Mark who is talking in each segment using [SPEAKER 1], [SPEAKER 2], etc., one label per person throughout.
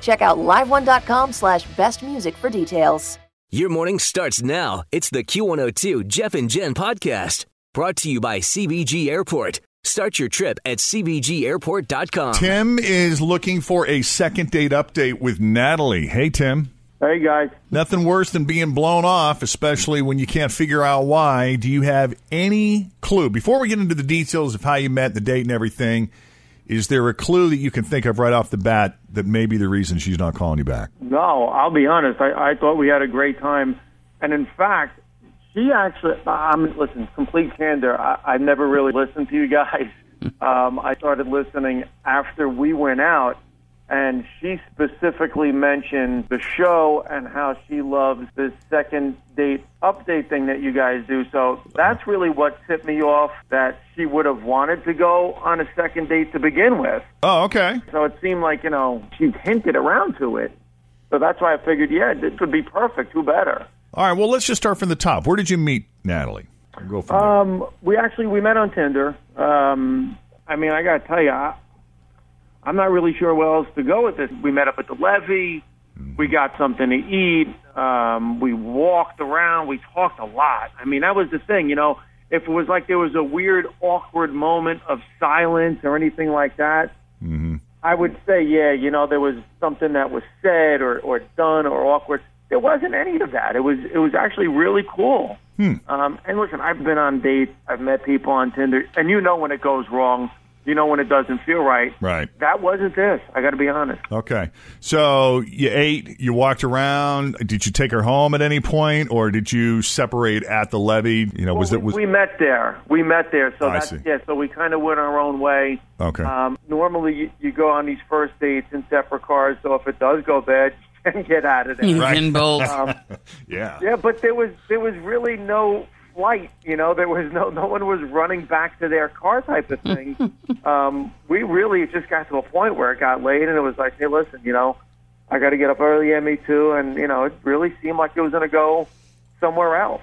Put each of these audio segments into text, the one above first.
[SPEAKER 1] Check out liveone.com slash best music for details.
[SPEAKER 2] Your morning starts now. It's the Q102 Jeff and Jen podcast brought to you by CBG Airport. Start your trip at CBGAirport.com.
[SPEAKER 3] Tim is looking for a second date update with Natalie. Hey, Tim.
[SPEAKER 4] Hey guys,
[SPEAKER 3] Nothing worse than being blown off, especially when you can't figure out why. Do you have any clue? Before we get into the details of how you met, the date, and everything, is there a clue that you can think of right off the bat that may be the reason she's not calling you back?
[SPEAKER 4] no, I'll be honest. I, I thought we had a great time, and in fact, she actually. I'm listen, complete candor. I, I've never really listened to you guys. Um, I started listening after we went out, and she specifically mentioned the show and how she loves this second date update thing that you guys do. So that's really what tipped me off that she would have wanted to go on a second date to begin with.
[SPEAKER 3] Oh, okay.
[SPEAKER 4] So it seemed like, you know, she hinted around to it. So that's why I figured, yeah, this would be perfect. Who better?
[SPEAKER 3] All right. Well, let's just start from the top. Where did you meet Natalie? We'll go from there.
[SPEAKER 4] Um, we actually we met on Tinder. Um, I mean, I gotta tell you, I, I'm not really sure where else to go with this. We met up at the levee. We got something to eat. Um, we walked around. We talked a lot. I mean, that was the thing, you know. If it was like there was a weird, awkward moment of silence or anything like that, I would say, yeah, you know, there was something that was said or, or done or awkward. There wasn't any of that. It was it was actually really cool. Um, and listen, I've been on dates, I've met people on Tinder, and you know when it goes wrong, you know when it doesn't feel right.
[SPEAKER 3] Right.
[SPEAKER 4] That wasn't this. I got to be honest.
[SPEAKER 3] Okay. So you ate, you walked around. Did you take her home at any point, or did you separate at the levee? You know, was
[SPEAKER 4] we,
[SPEAKER 3] it was
[SPEAKER 4] we met there. We met there. So
[SPEAKER 3] I
[SPEAKER 4] that's
[SPEAKER 3] see.
[SPEAKER 4] yeah. So we kind of went our own way.
[SPEAKER 3] okay?
[SPEAKER 4] Um, normally, you, you go on these first dates in separate cars. So if it does go bad, you can get out of there.
[SPEAKER 5] Usain Bolt.
[SPEAKER 3] yeah.
[SPEAKER 4] Yeah, but there was there was really no flight. You know, there was no no one was running back to their car type of thing. um, we really just got to a point where it got late, and it was like, hey, listen, you know, I got to get up early. Yeah, me too. And you know, it really seemed like it was going to go somewhere else.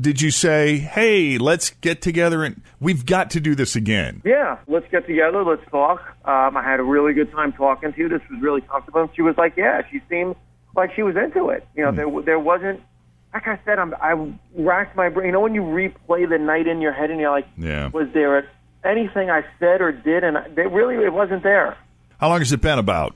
[SPEAKER 3] Did you say, "Hey, let's get together and we've got to do this again"?
[SPEAKER 4] Yeah, let's get together. Let's talk. Um, I had a really good time talking to you. This was really comfortable. And she was like, yeah, she seemed like she was into it. You know, there there there wasn't. Like I said, I'm, I racked my brain. You know, when you replay the night in your head and you're like,
[SPEAKER 3] Yeah.
[SPEAKER 4] was there anything I said or did? And I, they, really, it wasn't there.
[SPEAKER 3] How long has it been? About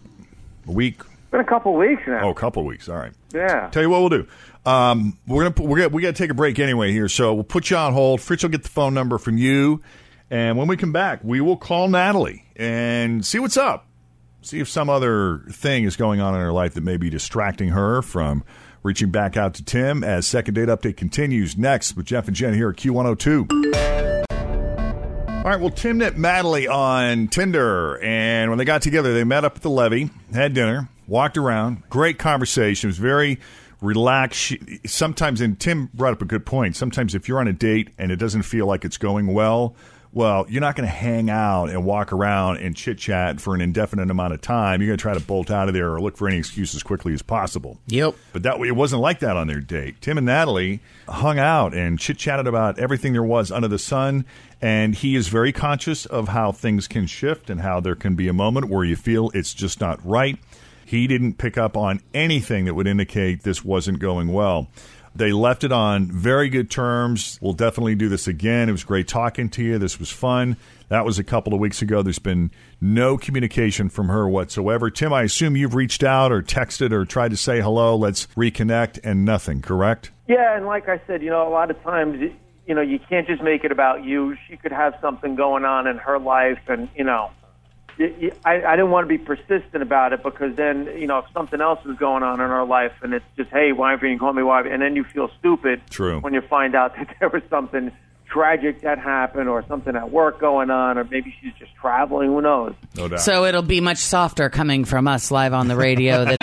[SPEAKER 3] a week?
[SPEAKER 4] It's been a couple weeks now.
[SPEAKER 3] Oh, a couple of weeks. All right.
[SPEAKER 4] Yeah.
[SPEAKER 3] Tell you what we'll do. Um, we're gonna put- we're gonna we got to take a break anyway here, so we'll put you on hold. Fritz will get the phone number from you, and when we come back, we will call Natalie and see what's up. See if some other thing is going on in her life that may be distracting her from reaching back out to Tim. As second date update continues next with Jeff and Jen here at Q one hundred two. All right, well, Tim met Natalie on Tinder, and when they got together, they met up at the levee, had dinner, walked around, great conversation. It was very relaxed. She, sometimes, and Tim brought up a good point, sometimes if you're on a date and it doesn't feel like it's going well, Well, you're not going to hang out and walk around and chit chat for an indefinite amount of time. You're going to try to bolt out of there or look for any excuse as quickly as possible.
[SPEAKER 5] Yep.
[SPEAKER 3] But that it wasn't like that on their date. Tim and Natalie hung out and chit chatted about everything there was under the sun. And he is very conscious of how things can shift and how there can be a moment where you feel it's just not right. He didn't pick up on anything that would indicate this wasn't going well. They left it on very good terms. We'll definitely do this again. It was great talking to you. This was fun. That was a couple of weeks ago. There's been no communication from her whatsoever. Tim, I assume you've reached out or texted or tried to say hello, let's reconnect, and nothing, correct?
[SPEAKER 4] Yeah, and like I said, you know, a lot of times, y- you know, you can't just make it about you. She could have something going on in her life, and you know, y- y- I, I didn't want to be persistent about it because then, you know, if something else is going on in her life, and it's just, hey, why haven't you called me? Why? haven't-" And then you feel stupid
[SPEAKER 3] True.
[SPEAKER 4] when you find out that there was something tragic that happened, or something at work going on, or maybe she's just traveling. Who knows?
[SPEAKER 3] No doubt.
[SPEAKER 5] So it'll be much softer coming from us live on the radio. That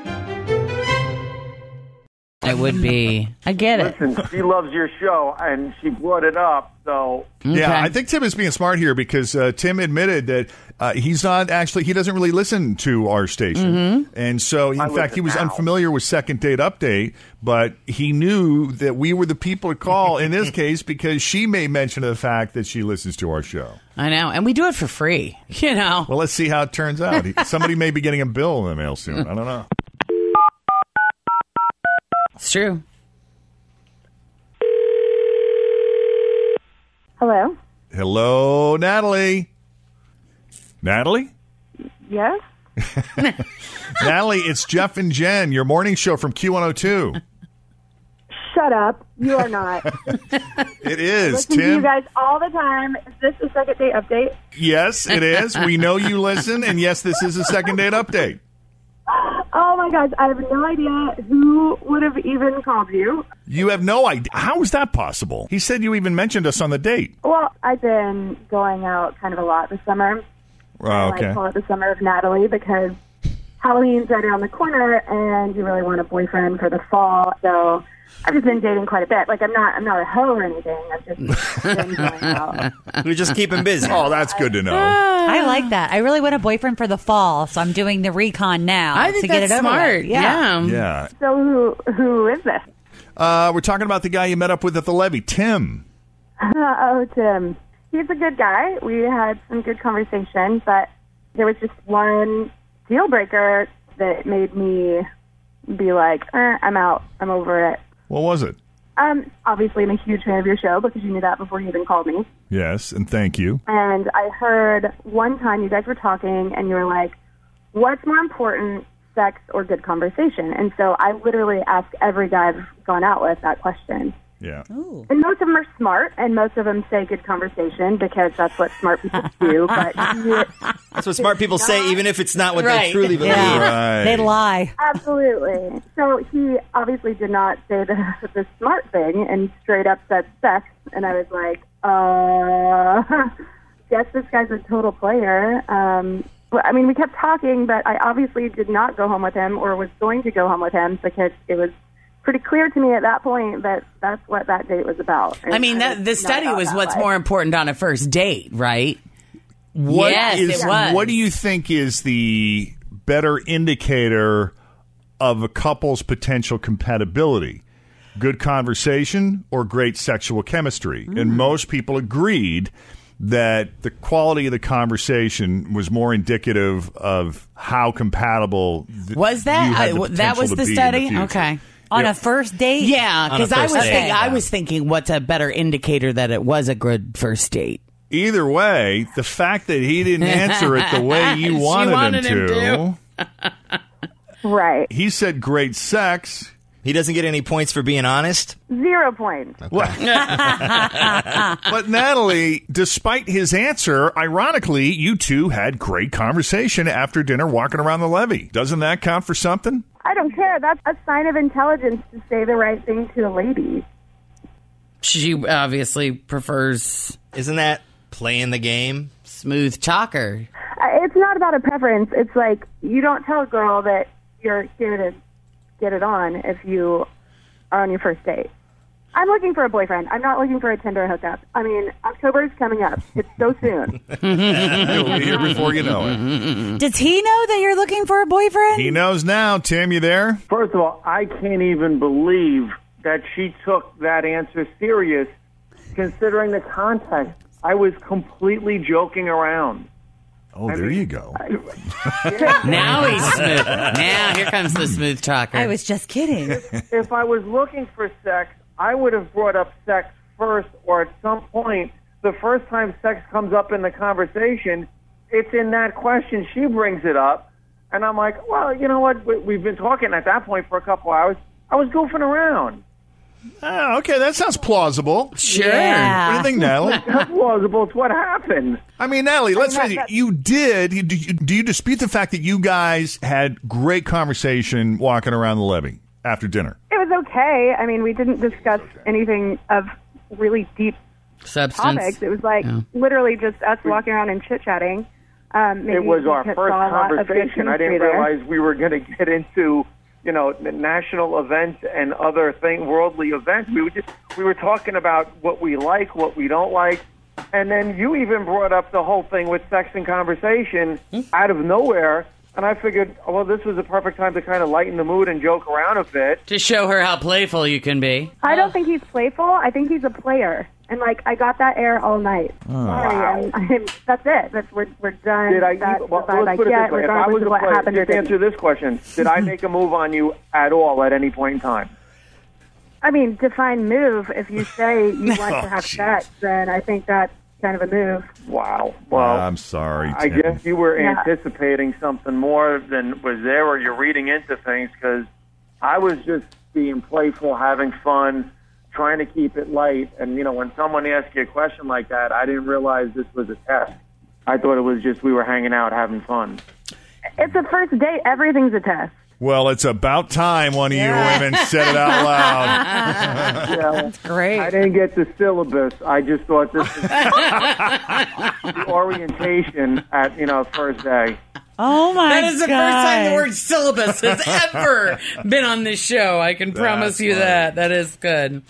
[SPEAKER 5] it would be. I get it.
[SPEAKER 4] Listen, she loves your show, and she brought it up, so
[SPEAKER 3] Yeah, I think Tim is being smart here because uh, Tim admitted that uh, he's not actually, he doesn't really listen to our station. And so, in fact, he was unfamiliar with Second Date Update, but he knew that we were the people to call in this case because she may mention the fact that she listens to our show.
[SPEAKER 5] I know, and we do it for free. You know.
[SPEAKER 3] Well, let's see how it turns out. He- Somebody may be getting a bill in the mail soon. I don't know.
[SPEAKER 5] It's true.
[SPEAKER 6] Hello.
[SPEAKER 3] Hello, Natalie. Natalie?
[SPEAKER 6] Yes.
[SPEAKER 3] Natalie, it's Jeff and Jen, your morning show from Q102.
[SPEAKER 6] Shut up. You are not.
[SPEAKER 3] It is,
[SPEAKER 6] Listen to you
[SPEAKER 3] Tim.
[SPEAKER 6] guys all the time. Is this the second day update?
[SPEAKER 3] Yes, it is. We know you listen, and yes, this is a second date update.
[SPEAKER 6] Oh my gosh, I have no idea who would have even called you.
[SPEAKER 3] You have no idea. How is that possible? He said you even mentioned us on the date.
[SPEAKER 6] Well, I've been going out kind of a lot this summer.
[SPEAKER 3] Oh,
[SPEAKER 6] I
[SPEAKER 3] okay.
[SPEAKER 6] call it the summer of Natalie because Halloween's right around the corner, and you really want a boyfriend for the fall. So I've just been dating quite a bit. Like I'm not, I'm not a hoe or anything. I've just been going out.
[SPEAKER 7] We just keep him busy.
[SPEAKER 3] Oh, that's good to know.
[SPEAKER 8] I like that. I really want a boyfriend for the fall, so I'm doing the recon now
[SPEAKER 5] I think that's smart. Yeah.
[SPEAKER 3] Yeah.
[SPEAKER 6] So who, who is this?
[SPEAKER 3] Uh, we're talking about the guy you met up with at the levee, Tim.
[SPEAKER 6] Uh, oh, Tim. He's a good guy. We had some good conversation, but there was just one deal breaker that made me be like, eh, I'm out. I'm over it.
[SPEAKER 3] What was it?
[SPEAKER 6] Um, obviously, I'm a huge fan of your show because you knew that before you even called me.
[SPEAKER 3] Yes, and thank you.
[SPEAKER 6] And I heard one time you guys were talking and you were like, what's more important, sex or good conversation? And so I literally ask every guy I've gone out with that question.
[SPEAKER 3] Yeah.
[SPEAKER 6] And most of them are smart, and most of them say good conversation because that's what smart people do. But you-
[SPEAKER 9] That's what smart people say, even if it's not what they
[SPEAKER 8] Right.
[SPEAKER 9] truly believe.
[SPEAKER 3] Right.
[SPEAKER 8] lie.
[SPEAKER 6] absolutely. So he obviously did not say the, the smart thing and straight up said sex. And I was like, uh, guess this guy's a total player. Um, but, I mean, we kept talking, but I obviously did not go home with him or was going to go home with him because it was pretty clear to me at that point that that's what that date was about.
[SPEAKER 5] I mean,
[SPEAKER 6] And
[SPEAKER 5] that the
[SPEAKER 6] not
[SPEAKER 5] study
[SPEAKER 6] about
[SPEAKER 5] was
[SPEAKER 6] that
[SPEAKER 5] what's
[SPEAKER 6] life.
[SPEAKER 5] more important on a first date, right?
[SPEAKER 3] What
[SPEAKER 5] Yes,
[SPEAKER 3] is-
[SPEAKER 5] it was.
[SPEAKER 3] What do you think is the better indicator of a couple's potential compatibility? Good conversation or great sexual chemistry?
[SPEAKER 5] Mm.
[SPEAKER 3] And most people agreed that the quality of the conversation was more indicative of how compatible th-
[SPEAKER 5] Was that-
[SPEAKER 3] you had
[SPEAKER 5] I-
[SPEAKER 3] the
[SPEAKER 5] w- that
[SPEAKER 3] potential
[SPEAKER 5] was
[SPEAKER 3] to
[SPEAKER 5] the
[SPEAKER 3] be in
[SPEAKER 5] study?
[SPEAKER 3] future.
[SPEAKER 5] Okay.
[SPEAKER 8] On a first date?
[SPEAKER 5] Yeah,
[SPEAKER 9] On a
[SPEAKER 5] because I was
[SPEAKER 9] first date,
[SPEAKER 5] thinking, I
[SPEAKER 9] yeah.
[SPEAKER 5] was thinking, what's a better indicator that it was a good first date?
[SPEAKER 3] Either way, the fact that he didn't answer it the way
[SPEAKER 6] She
[SPEAKER 3] you wanted,
[SPEAKER 6] wanted
[SPEAKER 3] him,
[SPEAKER 6] him
[SPEAKER 3] to,
[SPEAKER 6] Right.
[SPEAKER 3] he said great sex.
[SPEAKER 9] He doesn't get any points for being honest.
[SPEAKER 6] Zero points.
[SPEAKER 3] but Natalie, despite his answer, ironically, you two had great conversation after dinner walking around the levee. Doesn't that count for something?
[SPEAKER 6] I don't care. That's a sign of intelligence to say the right thing to a lady.
[SPEAKER 5] She obviously prefers.
[SPEAKER 9] Isn't that playing the game?
[SPEAKER 5] Smooth talker.
[SPEAKER 6] Uh, It's not about a preference. It's like you don't tell a girl that you're here to get it on if you are on your first date. I'm looking for a boyfriend. I'm not looking for a Tinder hookup. I mean, October is coming up. It's so soon.
[SPEAKER 3] He'll be here before you know it.
[SPEAKER 8] Does he know that you're looking for a boyfriend?
[SPEAKER 3] He knows now. Tim, you there?
[SPEAKER 4] First of all, I can't even believe that she took that answer serious, considering the context. I was completely joking around.
[SPEAKER 3] Oh, there you go.
[SPEAKER 5] Now he's smooth. now here comes the smooth talker.
[SPEAKER 8] I was just kidding.
[SPEAKER 4] if I was looking for sex, I would have brought up sex first, or at some point, the first time sex comes up in the conversation, it's in that question. She brings it up, and I'm like, well, you know what? We- We've been talking at that point for a couple hours. I was goofing around.
[SPEAKER 3] Oh, okay, that sounds plausible.
[SPEAKER 5] Sure.
[SPEAKER 4] Yeah.
[SPEAKER 3] What do you think, Natalie?
[SPEAKER 4] That's plausible. It's what happened.
[SPEAKER 3] I mean, Natalie, let's
[SPEAKER 4] I'm
[SPEAKER 3] face it.
[SPEAKER 4] not-
[SPEAKER 3] You did. You, do, you, do you dispute the fact that you guys had great conversation walking around the levee after dinner?
[SPEAKER 6] It was okay. I mean, we didn't discuss anything of really deep
[SPEAKER 5] Substance.
[SPEAKER 6] topics. It was like literally just us walking around and chit chatting. Um, maybe
[SPEAKER 4] it was
[SPEAKER 6] we
[SPEAKER 4] our
[SPEAKER 6] saw
[SPEAKER 4] first
[SPEAKER 6] a lot of good
[SPEAKER 4] conversation. I
[SPEAKER 6] chemistry
[SPEAKER 4] didn't
[SPEAKER 6] there.
[SPEAKER 4] realize we were going to get into, you know, n- national events and other thing, worldly events. We were just we were talking about what we like, what we don't like, and then you even brought up the whole thing with sex and conversation
[SPEAKER 6] Hmm?
[SPEAKER 4] out of nowhere. And I figured, oh, well, this was a perfect time to kind of lighten the mood and joke around a bit.
[SPEAKER 5] to show her how playful you can be.
[SPEAKER 6] I don't think he's playful. I think he's a player. And like I got that air all night.
[SPEAKER 5] Oh.
[SPEAKER 6] Sorry, I'm, I'm, that's it. That's we're we're done.
[SPEAKER 4] Did I?
[SPEAKER 6] that's
[SPEAKER 4] well,
[SPEAKER 6] the vibe
[SPEAKER 4] let's
[SPEAKER 6] I
[SPEAKER 4] put it
[SPEAKER 6] get,
[SPEAKER 4] this way: If I
[SPEAKER 6] regardless
[SPEAKER 4] was
[SPEAKER 6] of
[SPEAKER 4] a
[SPEAKER 6] what
[SPEAKER 4] player,
[SPEAKER 6] happened or
[SPEAKER 4] just
[SPEAKER 6] didn't.
[SPEAKER 4] answer this question: Did I make a move on you at all at any point in time?
[SPEAKER 6] I mean, define move. If you say you want
[SPEAKER 4] Oh,
[SPEAKER 6] to have sex, then I think that's kind of a move.
[SPEAKER 4] Wow. Well,
[SPEAKER 3] I'm sorry.
[SPEAKER 4] I
[SPEAKER 3] Tim.
[SPEAKER 4] guess you were
[SPEAKER 6] Yeah.
[SPEAKER 4] anticipating something more than was there, or you're reading into things because I was just being playful, having fun, trying to keep it light. And, you know, when someone asks you a question like that, I didn't realize this was a test. I thought it was just we were hanging out having fun.
[SPEAKER 6] It's a first date. Everything's a test.
[SPEAKER 3] Well, it's about time one of you women said it out loud.
[SPEAKER 4] That's
[SPEAKER 8] great.
[SPEAKER 4] I didn't get the syllabus. I just thought this was the orientation at, you know, first day.
[SPEAKER 8] Oh my!
[SPEAKER 5] That is the first time the
[SPEAKER 8] God.
[SPEAKER 5] word syllabus has ever been on this show. I can promise you that. That is good.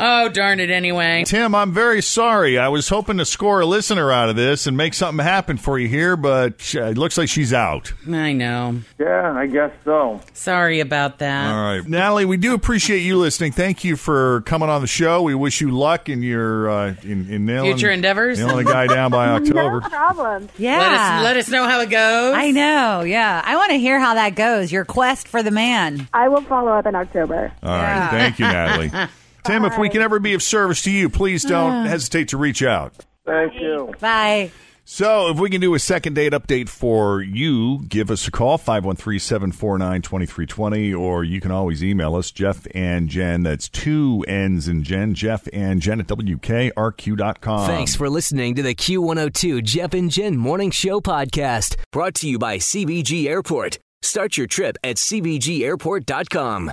[SPEAKER 5] Oh darn it! Anyway,
[SPEAKER 3] Tim, I'm very sorry. I was hoping to score a listener out of this and make something happen for you here, but sh- it looks like she's out.
[SPEAKER 5] I know.
[SPEAKER 4] Yeah, I guess so.
[SPEAKER 5] Sorry about that.
[SPEAKER 3] All right. Natalie, we do appreciate you listening. Thank you for coming on the show. We wish you luck in your uh, in, in nailing,
[SPEAKER 5] Future endeavors?
[SPEAKER 3] Nailing the guy down by October.
[SPEAKER 6] problem.
[SPEAKER 8] Yeah.
[SPEAKER 5] Let us let us know how it goes.
[SPEAKER 8] I know. Yeah. I want to hear how that goes. Your quest for the man.
[SPEAKER 6] I will follow up in October.
[SPEAKER 3] All right. Thank you, Natalie. Tim, if we can ever be of service to you, please don't
[SPEAKER 5] Uh.
[SPEAKER 3] hesitate to reach out.
[SPEAKER 4] Thank you.
[SPEAKER 8] Bye.
[SPEAKER 3] So, if we can do a second date update for you, give us a call, 513 749 2320, or you can always email us, Jeff and Jen. That's two N's in Jen, Jeff and Jen at WKRQ.com.
[SPEAKER 2] Thanks for listening to the Q102 Jeff and Jen Morning Show podcast, brought to you by CBG Airport. Start your trip at CBGAirport.com.